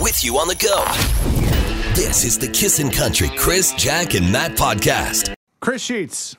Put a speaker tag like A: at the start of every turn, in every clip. A: with you on the go. This is the Kissin' Country Chris, Jack, and Matt podcast.
B: Chris Sheets,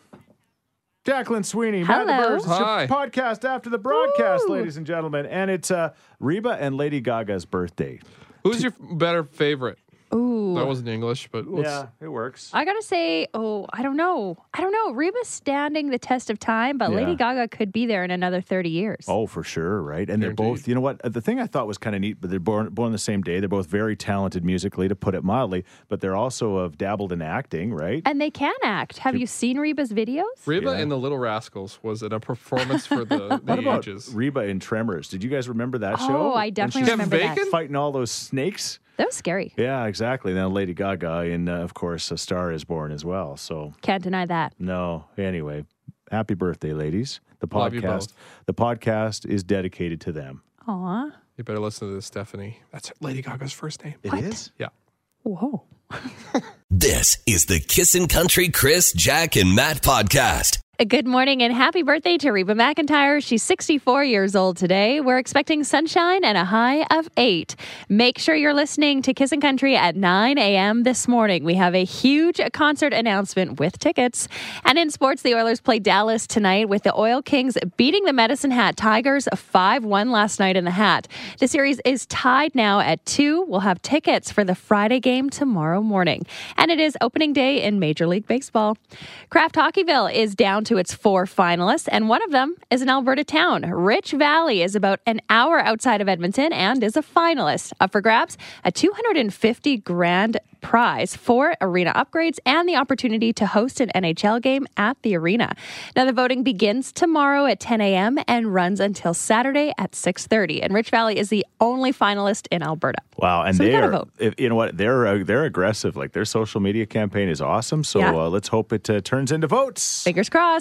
B: Jacqueline Sweeney, Matt
C: Hello.
B: DeBurs. It's your
D: Hi.
B: podcast after the broadcast,
C: Woo.
B: ladies and gentlemen. And it's uh, Reba and Lady Gaga's birthday.
D: Who's your f- better favorite?
C: Ooh.
D: That wasn't English, but let's,
B: yeah, it works.
C: I gotta say, oh, I don't know. I don't know. Reba's standing the test of time, but
B: Yeah.
C: Lady Gaga could be there in another 30 years.
B: Oh, for sure, right? And they're
D: Guaranteed.
B: both, you know what? The thing I thought was kind of neat, but they're born, born the same day. They're both very talented musically, to put it mildly, but they're also have dabbled in acting, right?
C: And they can act. Have you seen Reba's videos?
D: Reba
B: Yeah.
D: and the Little Rascals was in a performance for the, the
B: what about
D: ages.
B: Reba in Tremors? Did you guys remember that
C: Oh,
B: show?
C: I
B: When
C: definitely
B: she's
C: remember that.
D: Bacon?
B: Fighting all those snakes?
C: That was scary.
B: Yeah, exactly. Then Lady Gaga, and uh, of course, A Star is Born as well. So,
C: Can't deny that.
B: no. Anyway, happy birthday, ladies. The
D: Love you
B: podcast,
D: both.
B: the podcast is dedicated to them.
C: Aw.
D: You better listen to this, Stephanie. That's Lady Gaga's first name.
B: It is.
D: Yeah.
C: Whoa.
A: This is the Kissin' Country Chris, Jack, and Matt podcast.
C: Good morning and happy birthday to Reba McIntyre. She's 64 years old today. We're expecting sunshine and a high of eight. Make sure you're listening to Kissin' Country at 9 a.m. this morning. We have a huge concert announcement with tickets. And in sports, the Oilers play Dallas tonight with the Oil Kings beating the Medicine Hat Tigers 5 1 last night in the hat. The series is tied now at 2. We'll have tickets for the Friday game tomorrow morning. And it is opening day in Major League Baseball. Craft Hockeyville is down to its four finalists, and one of them is an Alberta town. Rich Valley is about an hour outside of Edmonton and is a finalist. Up for grabs, a 250 grand prize for arena upgrades and the opportunity to host an NHL game at the arena. Now the voting begins tomorrow at 10 a.m. and runs until Saturday at 6:30. And Rich Valley is the only finalist in Alberta.
B: Wow, and
C: So we
B: they
C: gotta
B: are,
C: vote.
B: if- you know what? They're uh, they're aggressive. Like their social media campaign is awesome. So
C: Yeah.
B: uh, let's hope it uh, turns into votes.
C: Fingers crossed.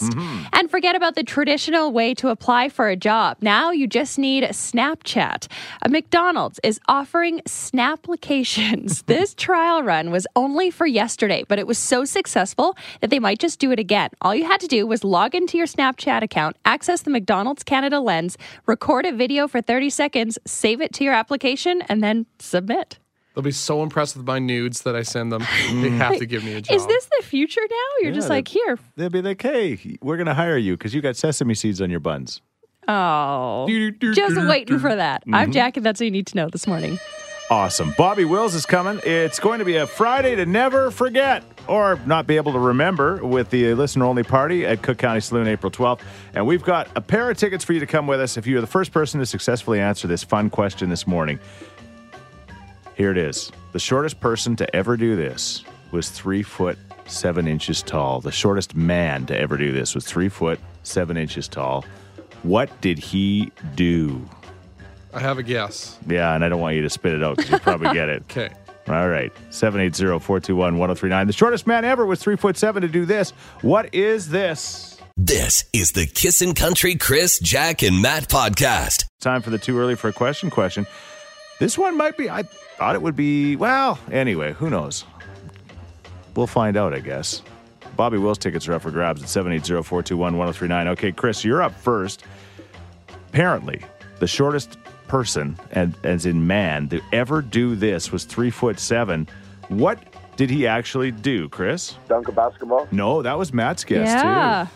C: And forget about the traditional way to apply for a job. Now you just need Snapchat. A McDonald's is offering Snapplications. this trial run was only for yesterday, but it was so successful that they might just do it again. All you had to do was log into your Snapchat account, access the McDonald's Canada lens, record a video for 30 seconds, save it to your application, and then submit.
D: They'll be so impressed with my nudes that I send them. they have to give me a job.
C: Is this the future now? You're
B: Yeah,
C: just
B: that-
C: like, here.
B: They'll be like, "Hey, we're gonna hire you because you got sesame seeds on your buns."
C: Oh. Just waiting for that. I'm Jack, and that's what you need to know this morning.
B: Awesome. Bobby Wills is coming. It's going to be a Friday to never forget or not be able to remember with the listener only party at Cook County Saloon April 12th. And we've got a pair of tickets for you to come with us if you're the first person to successfully answer this fun question this morning. Here it is. The shortest person to ever do this was three foot seven inches tall. The shortest man to ever do this was three foot seven inches tall. What did he do?
D: I have a guess.
B: Yeah, and I don't want you to spit it out because you probably get it.
D: Okay.
B: All right. 780-421-1039. The shortest man ever was three foot seven to do this. What is this?
A: This is the Kissin' Country Chris, Jack, and Matt podcast.
B: Time for the too early for a question question. This one might be I thought it would be well, anyway, who knows? We'll find out, I guess. Bobby Will's tickets are up for grabs at 780-421-1039. Okay, Chris, you're up first. Apparently, the shortest person, and as in man, to ever do this was three foot seven. What did he actually do, Chris?
E: dunk a basketball.
B: No, that was Matt's guess
C: yeah.
B: too.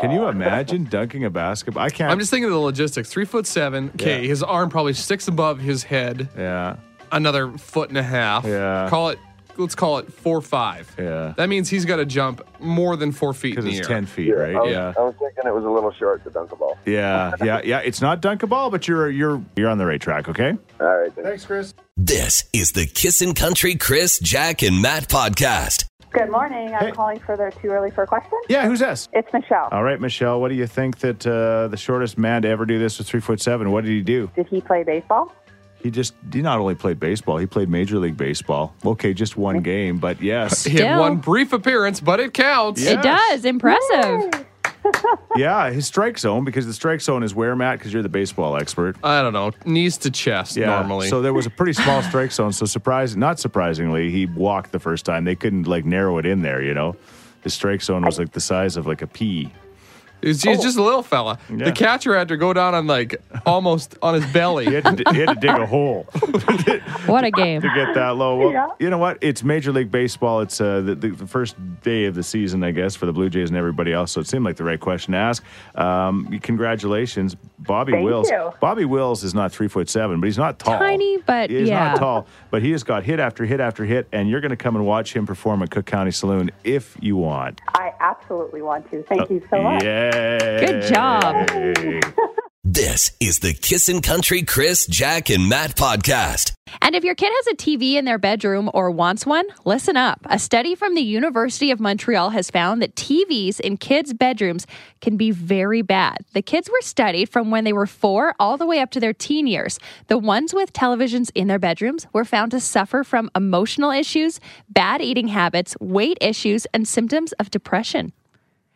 B: Can you imagine dunking a basketball? I can't.
D: I'm just thinking of the logistics. Three foot seven. Okay,
B: Yeah.
D: his arm probably sticks above his head.
B: yeah,
D: Another foot and a half.
B: Yeah.
D: Call it. Let's call it four five.
B: Yeah.
D: That means he's got to jump more than four feet in
B: because
D: the
B: it's
D: air.
B: ten feet,
E: I
B: right?
E: was,
B: Yeah,
E: I was thinking it was a little short to dunk a ball.
B: yeah, yeah, yeah. It's not dunk a ball, but you're you're you're on the right track. Okay.
E: All right, then.
B: Chris.
A: This is the Kissin' Country Chris, Jack, and Matt podcast.
F: Good morning. I'm
B: Hey. Oh.
F: calling for the too early for a question.
B: Yeah, who's this?
F: It's Michelle.
B: All right, Michelle. What do you think that uh, the shortest man to ever do this was three foot seven? What did he do?
F: Did he play baseball?
B: He just he not only played baseball, he played major league baseball. Okay, just one game, but yes,
D: He had
C: Still.
D: one brief appearance, but it counts.
B: Yeah.
C: It does. Impressive.
B: yeah, his strike zone because the strike zone is where Matt, because you're the baseball expert.
D: I don't know. Knees to chest normally.
B: So there was a pretty small strike zone. So surprise, not surprisingly, he walked the first time. They couldn't like narrow it in there. You know, the strike zone was like the size of like a pea.
D: He's, he's just a little fella.
B: Oh. Yeah.
D: The catcher had to go down on like almost on his belly.
B: He had, to, he had to dig a hole to
C: What a game.
B: get that low. Well,
F: Yeah.
B: you know what? It's Major League Baseball. It's uh, the, the, the first day of the season, I guess, for the Blue Jays and everybody else. So it seemed like the right question to ask. Um, congratulations, Bobby
F: Thank
B: Wills.
F: you.
B: Bobby Wills is not three foot seven, but he's not tall.
C: Tiny, but
B: he's
C: yeah.
B: not tall. But he has got hit after hit after hit, and you're going to come and watch him perform at Cook County Saloon if you want.
F: I absolutely want to. Thank you so much.
B: Yay.
C: Good job.
A: This is the Kissin' Country Chris, Jack, and Matt podcast.
C: And if your kid has a TV in their bedroom or wants one, listen up. A study from the University of Montreal has found that TVs in kids' bedrooms can be very bad. The kids were studied from when they were four all the way up to their teen years. The ones with televisions in their bedrooms were found to suffer from emotional issues, bad eating habits, weight issues, and symptoms of depression.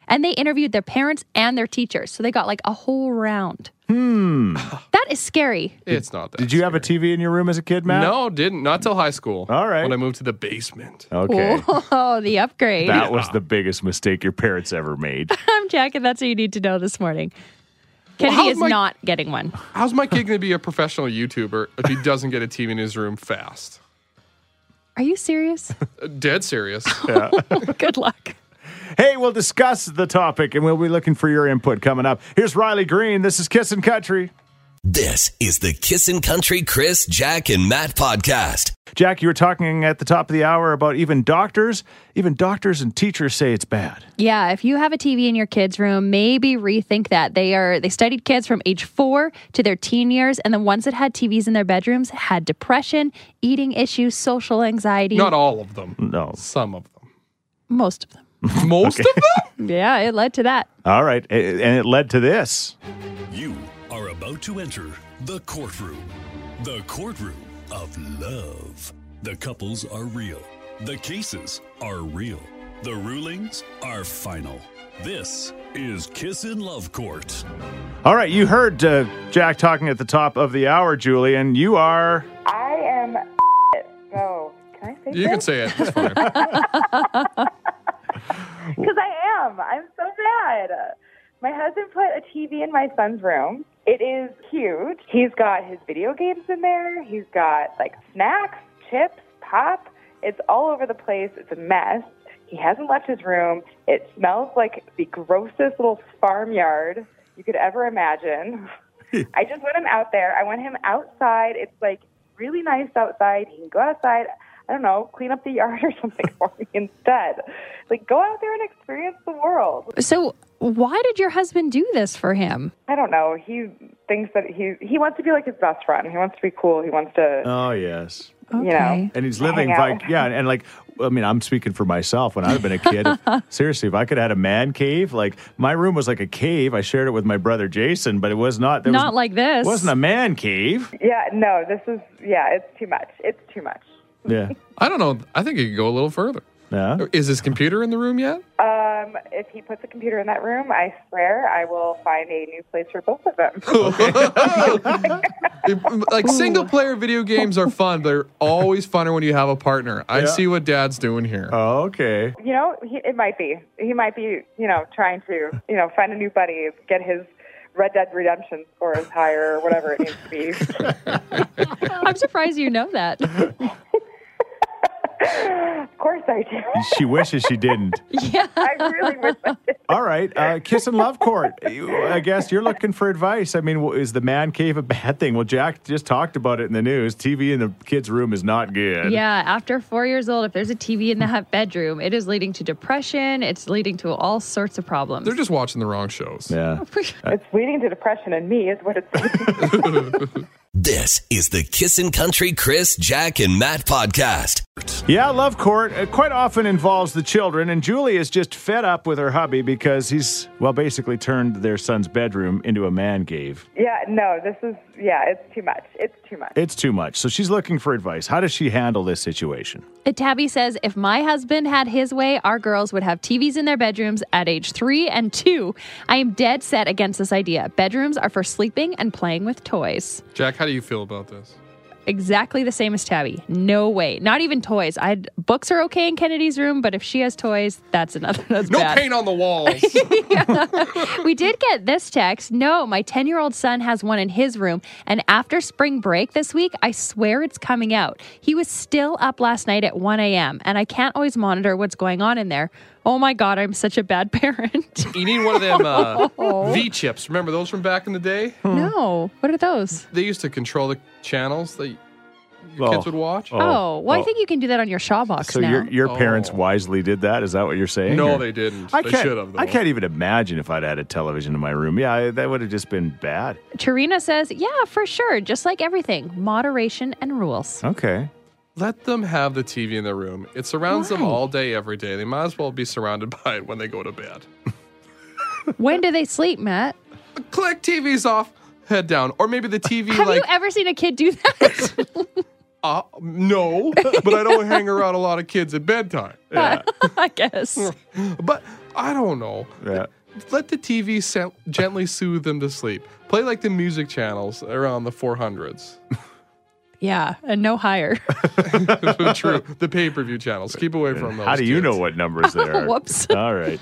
C: And they interviewed their parents and their teachers. So they got like a whole round. Hmm. That is scary.
D: It's not that.
B: Did you have a TV in your room as a kid, Matt?
D: No, didn't. Not till high school.
B: All right.
D: When I moved to the basement.
B: Okay.
C: Oh, the upgrade.
B: That was the biggest mistake your parents ever made.
C: I'm Jack, and that's what you need to know this morning. Kennedy
D: how's
C: is
D: my-
C: not getting one.
D: How's my kid going to be a professional YouTuber if he doesn't get a TV in his room fast?
C: Are you serious?
D: Uh, Dead serious.
C: Good luck.
B: hey, we'll discuss the topic and we'll be looking for your input coming up. Here's Riley Green. This is Kissin' Country.
A: This is the Kissin' Country Chris, Jack, and Matt podcast.
B: Jack, you were talking at the top of the hour about even doctors, even doctors and teachers say it's bad.
C: Yeah, if you have a TV in your kids' room, maybe rethink that. They are they studied kids from age 4 to their teen years and the ones that had TVs in their bedrooms had depression, eating issues, social anxiety.
D: not all of them.
B: No.
D: Some of them.
C: most of them.
D: Most of them?
C: Yeah, it led to that.
B: All right. a- And it led to this.
G: You are about to enter the courtroom. The courtroom of love. The couples are real. The cases are real. The rulings are final. This is Kiss in Love Court.
B: All right. You heard uh, Jack talking at the top of the hour, Julie, and you are.
F: I am. Oh, can I say
D: You can say it. It's fine.
F: Because I am. I'm so bad. My husband put a TV in my son's room. It is huge. He's got his video games in there. He's got like snacks, chips, pop. It's all over the place. It's a mess. He hasn't left his room. It smells like the grossest little farmyard you could ever imagine. I just want him out there. I want him outside. It's like really nice outside. He can go outside. I don't know, clean up the yard or something for me instead. Like go out there and experience the world.
C: So, why did your husband do this for him?
F: I don't know. He thinks that he he wants to be like his best friend. He wants to be cool. He wants to
B: Oh, yes.
C: Okay.
F: know.
B: And he's living
F: Hang
B: like,
F: out.
B: yeah, and, and like, I mean, I'm speaking for myself. When I'd have been a kid, if- seriously, if I could have had a man cave, like my room was like a cave. I shared it with my brother Jason, but it was not. There
C: Not
B: was,
C: like this.
B: Wasn't a man cave.
F: Yeah, no, this is yeah, it's too much. It's too much.
B: Yeah.
D: I don't know. I think it could go a little further.
B: Yeah.
D: Is his computer in the room yet?
F: Um, if he puts a computer in that room, I swear I will find a new place for both of them.
D: It- like single player video games are fun, but they're always funner when you have a partner. I
B: Yeah.
D: see what dad's doing here.
B: Oh, okay.
F: you know, he, it might be. He might be, you know, trying to, you know, find a new buddy, get his Red Dead Redemption scores higher or whatever it needs to be.
C: I'm surprised you know that.
F: of course I do.
B: She wishes she didn't.
F: I really wish I did.
B: All right. Uh, Kiss and Love Court. You, I guess you're looking for advice. I mean, w- is the man cave a bad thing? Well, Jack just talked about it in the news. TV in the kid's room is not good.
C: Yeah, after four years old, if there's a TV in the hu- bedroom, it is leading to depression. It's leading to all sorts of problems.
D: They're just watching the wrong shows.
B: Yeah.
F: It's leading to depression in me, is what it's.
A: This is the Kissin' Country Chris, Jack, and Matt podcast.
B: Yeah, love court uh, quite often involves the children, and Julie is just fed up with her hubby because he's, well, basically turned their son's bedroom into a man cave.
F: yeah, no, this is yeah, it's too much. It's too much.
B: It's too much. So she's looking for advice. How does she handle this situation?
C: Uh, Tabby says, if my husband had his way, our girls would have TVs in their bedrooms at age three and two. I am dead set against this idea. Bedrooms are for sleeping and playing with toys.
D: Jack, how do you feel about this?
C: exactly the same as Tabby. No way. Not even toys. I books are okay in Kennedy's room, but if she has toys, that's another. That's
D: No
C: bad.
D: paint on the walls.
C: we did get this text. No, my 10 year old son has one in his room. And after spring break this week, I swear it's coming out. He was still up last night at 1 a.m., and I can't always monitor what's going on in there. Oh my God, I'm such a bad parent.
D: you need one of them
C: Oh.
D: uh, V chips. Remember those from back in the day?
C: no. What are those?
D: They used to control the channels that
B: Oh.
D: kids would watch.
C: Oh, well, I think you can do that on your Shaw box
B: So
C: now.
B: your your parents
D: Oh.
B: wisely did that? Is that what you're saying?
D: No,
B: Or-
D: they didn't.
B: I
D: they
B: can't.
D: should have. Though.
B: I can't e- even imagine if I'd had a television in my room. Yeah, I, that would have just been bad.
C: Tarina says, yeah, for sure. Just like everything, moderation and rules.
B: Okay.
D: Let them have the TV in their room. It surrounds them
C: Why?
D: all day, every day. They might as well be surrounded by it when they go to bed.
C: when do they sleep, Matt?
D: Click TV's off, head down, or maybe the TV
C: Have
D: like
C: you ever seen a kid do that?
D: uh, no, but I don't hang around a lot of kids at bedtime.
C: I guess.
D: But I don't know.
B: Yeah.
D: Let the TV se- gently soothe them to sleep. Play like the music channels around the 400s.
C: Yeah, and no higher.
D: True. The pay per view channels. Keep away from those.
B: How do you
D: kids.
B: know what numbers they are?
C: whoops.
B: All right.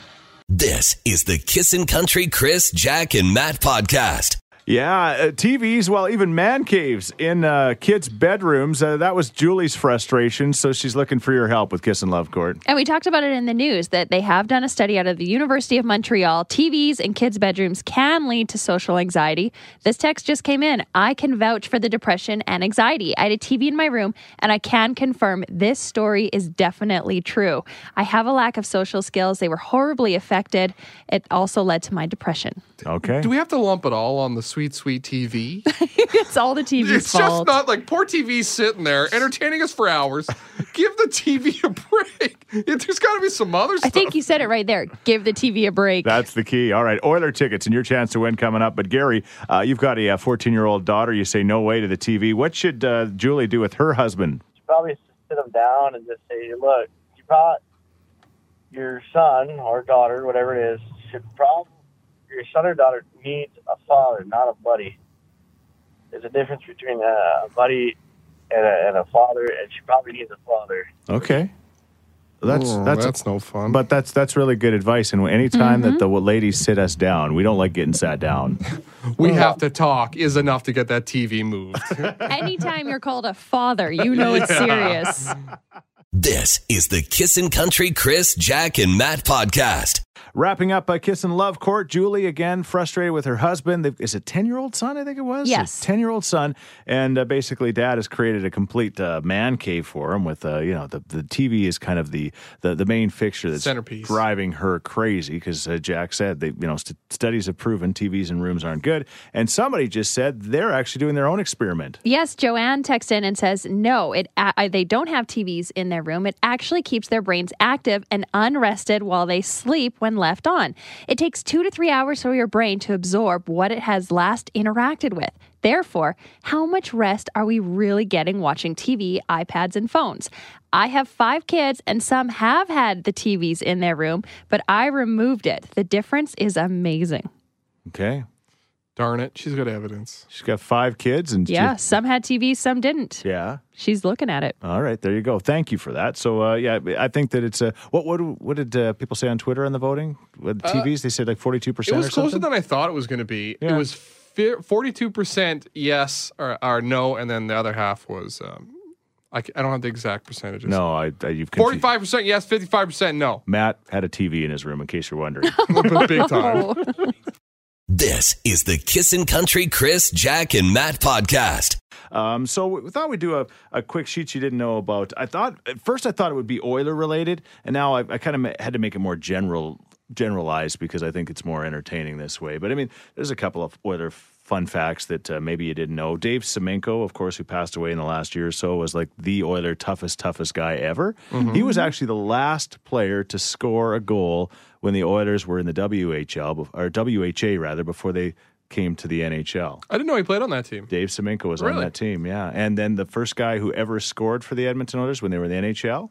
A: This is the Kissin' Country Chris, Jack, and Matt podcast.
B: Yeah, uh, TVs, well, even man caves in uh, kids' bedrooms. Uh, that was Julie's frustration, so she's looking for your help with Kiss and Love Court.
C: And we talked about it in the news that they have done a study out of the University of Montreal. TVs in kids' bedrooms can lead to social anxiety. This text just came in. I can vouch for the depression and anxiety. I had a TV in my room, and I can confirm this story is definitely true. I have a lack of social skills. They were horribly affected. It also led to my depression.
B: Okay.
D: Do we have to lump it all on the sweet, sweet TV?
C: it's all the TV's
D: It's just
C: fault.
D: not like poor TV sitting there entertaining us for hours. Give the TV a break. It- there's got to be some other
C: I
D: stuff.
C: think you said it right there. Give the TV a break.
B: That's the key. All right, Oiler tickets and your chance to win coming up. But Gary, uh, you've got a 14 year old daughter. You say no way to the TV. What should uh, Julie do with her husband?
H: probably sit them down and just say, look, you brought your son or daughter, whatever it is, should probably, your son or daughter needs a father, not a buddy. There's a difference between a buddy and a, and a father, and she probably needs a father.
B: Okay. That's
D: Oh,
B: that's,
D: no fun. Mm-hmm.
B: but that's that's really good advice. And anytime that the ladies sit us down, we don't like getting sat down.
D: we have to talk is enough to get that TV moved.
C: Anytime you're called a father, you know it's serious.
A: This is the Kissin' Country Chris, Jack, and Matt podcast.
B: Wrapping up a kiss and love court, Julie again frustrated with her husband. They've, is it ten year old son? I think it was.
C: Yes.
B: ten year old son, and uh, basically dad has created a complete uh, man cave for him. With uh, you know the, the TV is kind of the, the the main fixture that's
D: Centerpiece.
B: driving her crazy because uh, Jack said they you know st- studies have proven TVs in rooms aren't good, and somebody just said they're actually doing their own experiment.
C: Yes, Joanne texts in and says, "No, it uh, they don't have TVs in their room. It actually keeps their brains active and unrested while they sleep when left on. It takes 2 to 3 hours for your brain to absorb what it has last interacted with. Therefore, how much rest are we really getting watching TV, iPads, and phones? I have five kids, and some have had the TVs in their room, but I removed it. The difference is amazing.
B: Okay,
D: Darn it. She's got evidence.
B: she's got five kids and
C: Yeah, some had TVs, some didn't.
B: yeah.
C: She's looking at it.
B: All right, there you go. Thank you for that. So, uh, yeah, I think that it's uh, what what what did uh, people say on Twitter on the voting with TVs? They said like forty two
D: Uh, It
B: percent.
D: was
B: or
D: closer
B: something?
D: than I thought it was going to be.
B: Yeah.
D: It was fi- 42% yes or, or no, and then the other half was. Um, I, c- I don't have the exact percentages.
B: No, I, I you've confused.
D: 45% yes, 55% no.
B: Matt had a TV in his room, in case you're wondering.
D: Big time.
A: This is the Kissin' Country Chris, Jack, and Matt podcast.
B: um, so we thought we'd do a, a quick sheet you didn't know about. I thought at first I thought it would be Euler related, and now I, I kind of ma- had to make it more general generalized because I think it's more entertaining this way. But I mean, there's a couple of Euler fun facts that uh, maybe you didn't know. Dave Semenko, of course, who passed away in the last year or so, was like the Oiler toughest, toughest guy ever. He was actually the last player to score a goal when the Oilers were in the WHL or WHA rather before they came to the NHL.
D: I didn't know he played on that team.
B: Dave Semenko was on
D: Really?
B: that team, yeah. And then the first guy who ever scored for the Edmonton Oilers when they were in the NHL,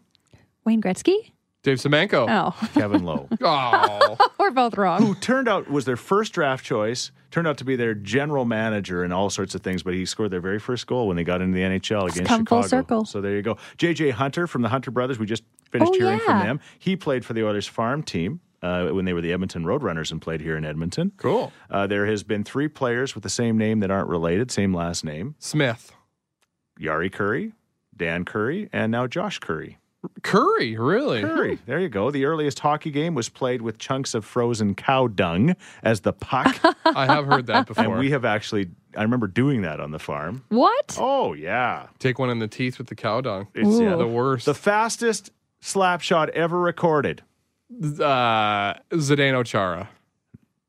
C: Wayne Gretzky?
D: Dave Semenko.
C: Oh,
B: Kevin Lowe,
D: Oh.
C: we're both wrong.
B: who turned out was their first draft choice, turned out to be their general manager and all sorts of things, but he scored their very first goal when they got into the NHL against
C: come
B: Chicago.
C: full circle.
B: So there you go. JJ Hunter from the Hunter Brothers, we just finished
C: Oh,
B: hearing from
C: yeah.
B: them. He played for the Oilers farm team. Uh, when they were the Edmonton Roadrunners and played here in Edmonton.
D: cool.
B: Uh, there has been three players with the same name that aren't related, same last name.
D: Smith.
B: Yari Curry, Dan Curry, and now Josh Curry.
D: Curry, really?
B: Curry, there you go. The earliest hockey game was played with chunks of frozen cow dung as the puck.
D: I have heard that before.
B: and we have actually, I remember doing that on the farm.
C: What?
B: Oh, yeah.
D: Take one in the teeth with the cow dung.
B: It's yeah,
C: Ooh.
D: The
B: the,
D: worst.
B: the fastest slap shot ever recorded.
D: uh, Zdeno Chara.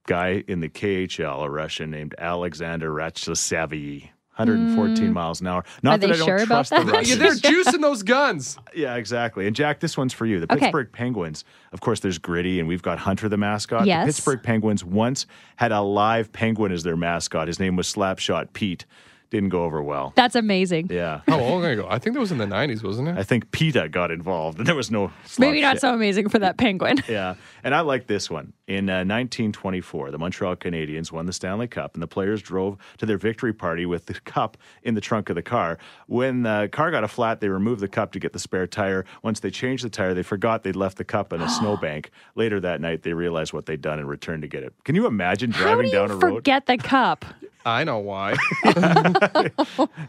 B: Guy in the KHL, a Russian named Alexander Ratchasavy. 114 miles an hour. Not
C: Mm. they
B: that I don't
C: sure about
B: trust the
C: that?
D: Yeah,
B: Russians.
D: they're juicing those guns.
B: Yeah, exactly. And Jack, this one's for you. The
C: Okay.
B: Pittsburgh Penguins. Of course, there's Gritty, and we've got Hunter the mascot.
C: Yes.
B: The Pittsburgh Penguins once had a live penguin as their mascot. His name was Slapshot Pete. Didn't go over well.
C: That's amazing.
B: Yeah.
D: How long ago? I think that was in the 90s, wasn't it?
B: I think PETA got involved, and there was no. slop
C: Maybe not
B: Oh, shit.
C: so amazing for that penguin.
B: Yeah. And I like this one. In uh, 1924, the Montreal Canadiens won the Stanley Cup, and the players drove to their victory party with the cup in the trunk of the car. When the car got a flat, they removed the cup to get the spare tire. Once they changed the tire, they forgot they'd left the cup in a snowbank. Later that night, they realized what they'd done and returned to get it. Can you imagine
C: How do
B: driving
C: you
B: down a road?
C: forget the cup?
D: I know why.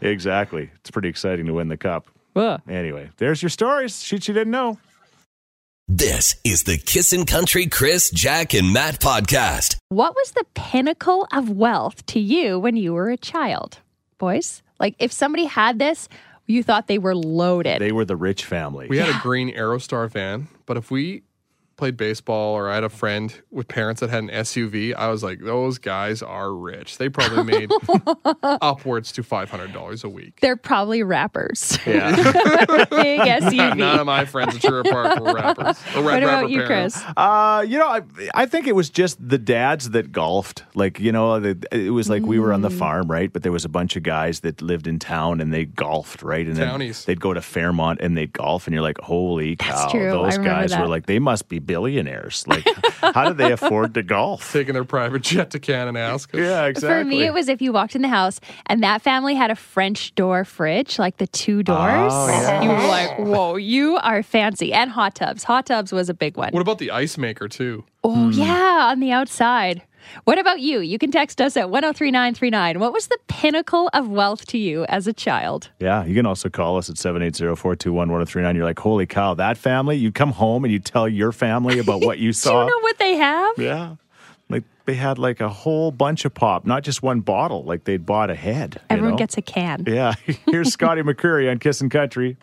B: Exactly. It's pretty exciting to win the cup.
C: Ugh.
B: Anyway, there's your stories. Shit you didn't know.
A: This is the Kissin' Country Chris, Jack, and Matt podcast.
C: What was the pinnacle of wealth to you when you were a child? Boys, like if somebody had this, you thought they were loaded.
B: They were the rich family.
D: We had a green Aerostar van, but if we played baseball or I had a friend with parents that had an SUV, I was like, those guys are rich. They probably made upwards to $500 a week.
C: They're probably rappers.
B: yeah.
C: Big SUV.
D: None of my friends at Sherwood Park were rappers. Or
C: what
D: rapper
C: about you,
D: parents.
C: Chris?
B: Uh, you know, I, I think it was just the dads that golfed. Like, you know, the, it was like we were on the
C: Mm.
B: farm, right? But there was a bunch of guys that lived in town and they golfed, right? And
D: Townies.
B: then they'd go to Fairmont and they'd golf, and you're like, holy
C: That's
B: cow,
C: true. I
B: those
C: remember
B: guys were
C: that.
B: like, they must be billionaires. Like, how do they afford to golf?
D: Taking their private jet to Kananaskis.
B: Yeah, exactly.
C: For me, it was if you walked in the house and that family had a French door fridge, like the two doors.
B: Oh, yeah.
C: You were like, whoa, you are fancy. And hot tubs. Hot tubs was a big one.
D: What about the ice maker, too?
C: Oh,
B: Mm.
C: yeah, on the outside. What about you? You can text us at 103939. What was the pinnacle of wealth to you as a child?
B: Yeah, you can also call us at 780-421-1039. You're like, holy cow, that family? You come home and you tell your family about what you
C: Do you
B: saw.
C: know what they have?
B: Uh, Yeah. Like they had like a whole bunch of pop, not just one bottle. Like they'd bought a head. you
C: Everyone
B: know?
C: gets a can.
B: Yeah. Here's Scotty McCurry on Kissin' Country.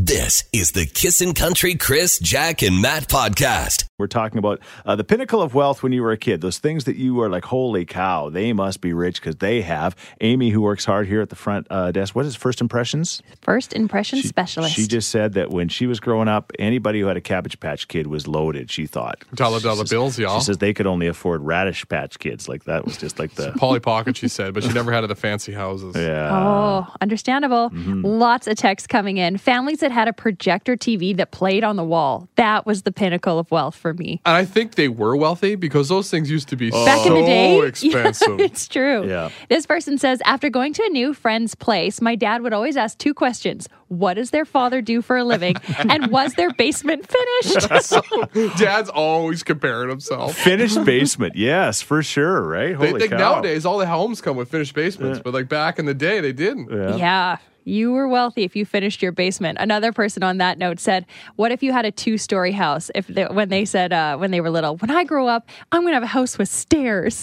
A: This is the Kissin' Country Chris, Jack, and Matt podcast.
B: We're talking about uh, the pinnacle of wealth when you were a kid. Those things that you were like, holy cow, they must be rich because they have. Amy, who works hard here at the front uh, desk, what is first impressions?
C: First impression specialist.
B: She just said that when she was growing up, anybody who had a Cabbage Patch Kid was loaded. She thought
D: Dollar
B: She
D: dollar
B: says-
D: bills, y'all.
B: She says they could only afford Radish Patch Kids. Like that was just like the
D: Polly Pocket, she said, but she never had it at the fancy houses.
B: yeah.
C: Oh, understandable.
B: Mm-hmm.
C: Lots of texts coming in. Families that had a projector TV that played on the wall. That was the pinnacle of wealth for me.
D: And I think they were wealthy because those things used to be
B: Oh.
C: Back
D: so
C: in the day,
D: expensive.
C: Yeah, it's true.
B: Yeah.
C: This person says after going to a new friend's place, my dad would always ask two questions: What does their father do for a living, and was their basement finished?
D: So, Dad's always comparing himself.
B: Finished basement, yes, for sure, right?
D: They
B: Holy
D: think
B: cow.
D: nowadays all the homes come with finished basements, but like back in the day they didn't.
C: Yeah. You were wealthy if you finished your basement. Another person on that note said, "What if you had a two-story house?" If they, when they said uh, when they were little, when I grow up, I'm going to have a house with stairs.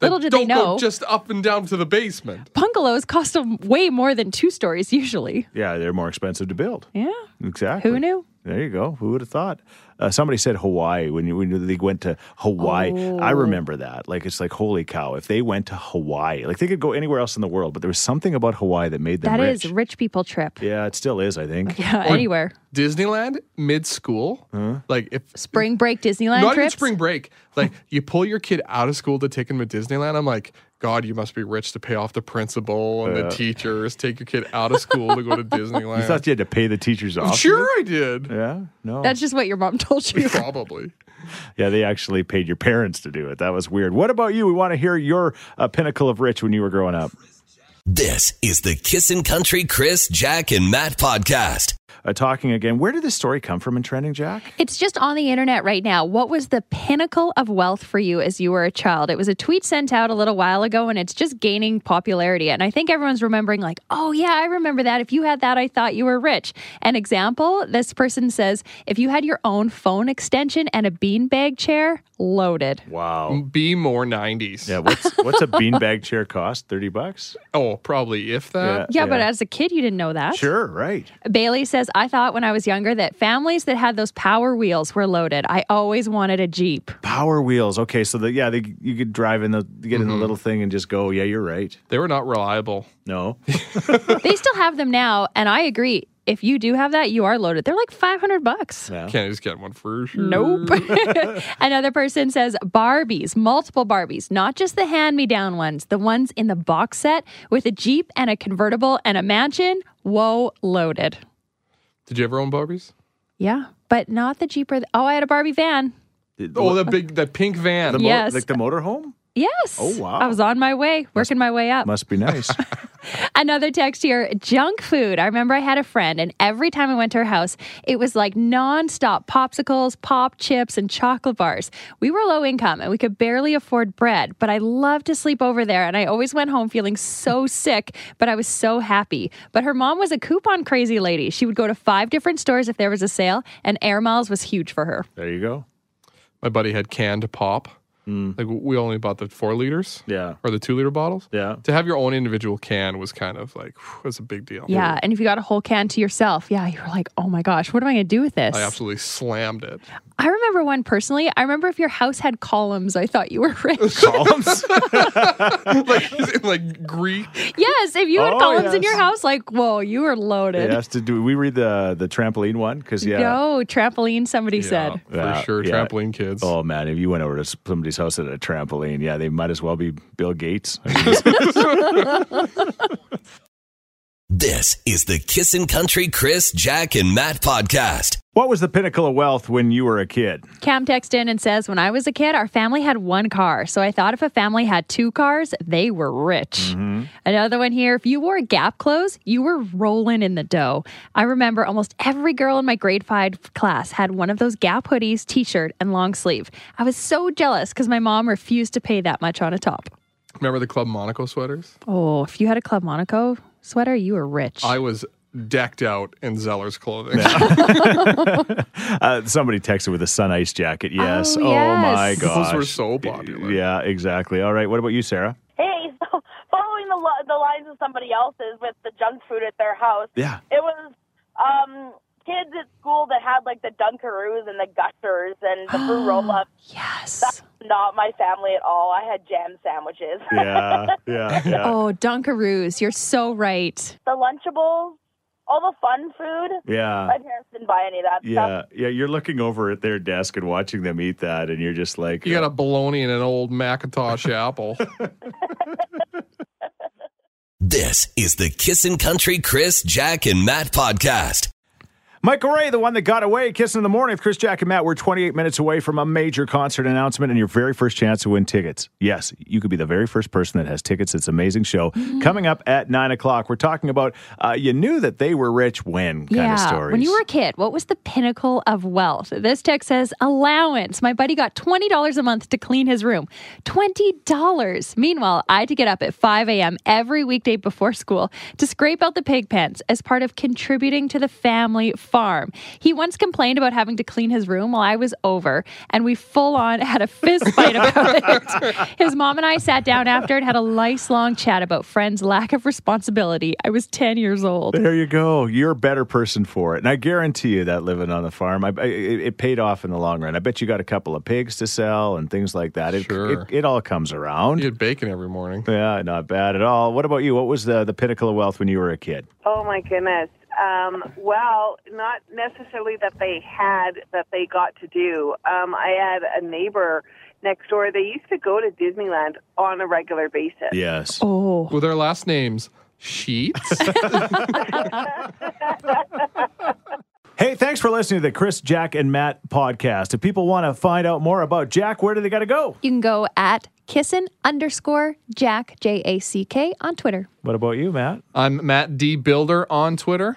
D: That
C: Little did
D: don't
C: they know,
D: go just up and down to the basement.
C: bungalows cost them way more than two stories usually.
B: Yeah, they're more expensive to build.
C: Yeah.
B: Exactly.
C: Who knew?
B: There you go. Who would have thought? Uh, somebody said Hawaii when, you, when they went to Hawaii. I
C: Oh.
B: remember that. Like, it's like, holy cow, if they went to Hawaii, like they could go anywhere else in the world, but there was something about Hawaii that made them
C: That
B: rich.
C: is rich people trip.
B: yeah, it still is, I think.
C: Yeah, anywhere.
D: Disneyland mid school,
B: Uh-huh.
D: like if
C: Spring break Disneyland
D: not even
C: trips.
D: spring break, like you pull your kid out of school to take him to Disneyland. I'm like, God, you must be rich to pay off the principal and
B: Yeah.
D: the teachers. Take your kid out of school to go to Disneyland.
B: You thought you had to pay the teachers off?
D: sure, I did.
B: Yeah. No.
C: That's just what your mom told you.
D: Probably.
B: yeah, they actually paid your parents to do it. That was weird. What about you? We want to hear your uh, pinnacle of rich when you were growing up.
A: This is the Kissin' Country Chris, Jack, and Matt podcast.
B: Uh, talking again. Where did this story come from in trending, Jack?
C: It's just on the internet right now. What was the pinnacle of wealth for you as you were a child? It was a tweet sent out a little while ago and it's just gaining popularity. And I think everyone's remembering, like, oh, yeah, I remember that. If you had that, I thought you were rich. An example this person says, if you had your own phone extension and a beanbag chair, loaded.
B: Wow.
D: Be more 90s.
B: Yeah. What's what's a beanbag chair cost? Thirty bucks.
D: Oh, probably if that.
C: Yeah, but as a kid, you didn't know that.
B: Sure, right.
C: Bailey says, I thought when I was younger that families that had those power wheels were loaded. I always wanted a Jeep.
B: Power wheels. Okay, so the yeah, they, you could drive in the get in the little thing and just go. "Oh, Yeah, you're right.
D: They were not reliable.
B: No,
C: they still have them now, and I agree. If you do have that, you are loaded. They're like 500 bucks.
B: Yeah.
D: Can't I just get one for sure?
C: Nope. Another person says Barbies, multiple Barbies, not just the hand me down ones, the ones in the box set with a Jeep and a convertible and a mansion. Whoa, loaded.
D: Did you ever own Barbies?
C: Yeah, but not the Jeep or the, oh, I had a Barbie van.
D: Oh, that big, that pink van.
B: The mo-
C: Yes.
B: like the motorhome
C: Yes.
B: Oh, wow.
C: I was on my way, working my way up.
B: must be nice.
C: Another text here junk food. I remember I had a friend, and every time I went to her house, it was like nonstop popsicles, pop chips, and chocolate bars. We were low income and we could barely afford bread, but I loved to sleep over there. And I always went home feeling so sick, but I was so happy. But her mom was a coupon crazy lady. She would go to five different stores if there was a sale, and Air Miles was huge for her.
B: there you go.
D: My buddy had canned pop. Like we only bought the four liters
B: Mm. Yeah,
D: or the two liter bottles.
B: yeah.
D: To have your own individual can was kind of like whew, that's a big deal.
C: Yeah. And if you got a whole can to yourself, yeah, you were like, oh my gosh, what am I going to do with this?
D: I Oh, absolutely slammed it.
C: I remember one personally. I remember if your house had columns, I thought you were rich.
B: Columns.
D: like in, like Greek.
C: yes, if you had
B: Oh,
C: columns in
B: yes.
C: your house, like whoa, you were loaded.
B: yes. Did do we read the the trampoline one? Because yeah.
C: No trampoline, somebody said.
D: for
B: Yeah,
D: sure.
B: yeah.
D: Trampoline kids.
B: Oh man, if you went over to somebody's house at a trampoline, yeah, they might as well be Bill Gates. I mean,
A: This is the Kissin' Country Chris, Jack, and Matt podcast.
B: what was the pinnacle of wealth when you were a kid?
C: Cam texted in and says, When I was a kid, our family had one car. So I thought if a family had two cars, they were rich.
B: Mm-hmm.
C: Another one here if you wore gap clothes, you were rolling in the dough. I remember almost every girl in my grade five class had one of those gap hoodies, t shirt, and long sleeve. I was so jealous because my mom refused to pay that much on a top.
D: Remember the Club Monaco sweaters?
C: Oh, if you had a Club Monaco sweater, you were rich.
D: I was decked out in Zeller's clothing.
B: Uh, somebody texted with a sun ice jacket. Yes.
C: Oh,
B: my
C: yes.
B: gosh.
D: Those were so popular.
B: Yeah, exactly. All right. What about you, Sarah?
I: Hey, so following the, li- the lines of somebody else's with the junk food at their house,
B: Yeah.
I: it was um, kids at school that had like the Dunkaroos and the Gushers and the
B: Oh,
I: fruit roll ups.
C: yes.
I: Not my family at all. I had jam sandwiches.
B: Yeah. Yeah. Yeah.
C: Oh, Dunkaroos. You're so right.
I: the Lunchables, all the fun food.
B: Yeah.
I: My parents didn't buy any of that stuff.
B: Yeah, yeah, you're looking over at their desk and watching them eat that, and you're just like, uh,
D: You got a bologna and an old Macintosh apple.
A: This is the Kissin' Country Chris, Jack, and Matt podcast.
B: Michael Ray, the one that got away, kissing in the morning with Chris Jack and Matt. We're 28 minutes away from a major concert announcement and your very first chance to win tickets. Yes, you could be the very first person that has tickets. It's an amazing show
C: Mm-hmm.
B: coming up at nine o'clock. We're talking about uh, you knew that they were rich when kind of stories.
C: When you were a kid, what was the pinnacle of wealth? This text says allowance. My buddy got $20 a month to clean his room. $20. Meanwhile, I had to get up at 5 a.m. every weekday before school to scrape out the pig pens as part of contributing to the family farm. He once complained about having to clean his room while I was over, and we full on had a fist fight about it. His mom and I sat down after and had a lifelong chat about friends' lack of responsibility. I was 10 years old.
B: there you go. You're a better person for it, and I guarantee you that living on the farm, I, I, it, it paid off in the long run. I bet you got a couple of pigs to sell and things like that. It,
D: Sure.
B: it, it all comes around.
D: you had bacon every morning.
B: Yeah, not bad at all. What about you? What was the, the pinnacle of wealth when you were a kid?
J: Oh my goodness. Um, well, not necessarily that they had that they got to do. Um, I had a neighbor next door, they used to go to Disneyland on a regular basis.
B: Yes.
C: Oh.
D: With their last names, Sheets.
B: Hey, thanks for listening to the Chris, Jack, and Matt podcast. If people want to find out more about Jack, where do they got to go?
C: You can go at kissin underscore Jack, J A C K, on Twitter.
B: What about you, Matt?
D: I'm Matt D Builder on Twitter.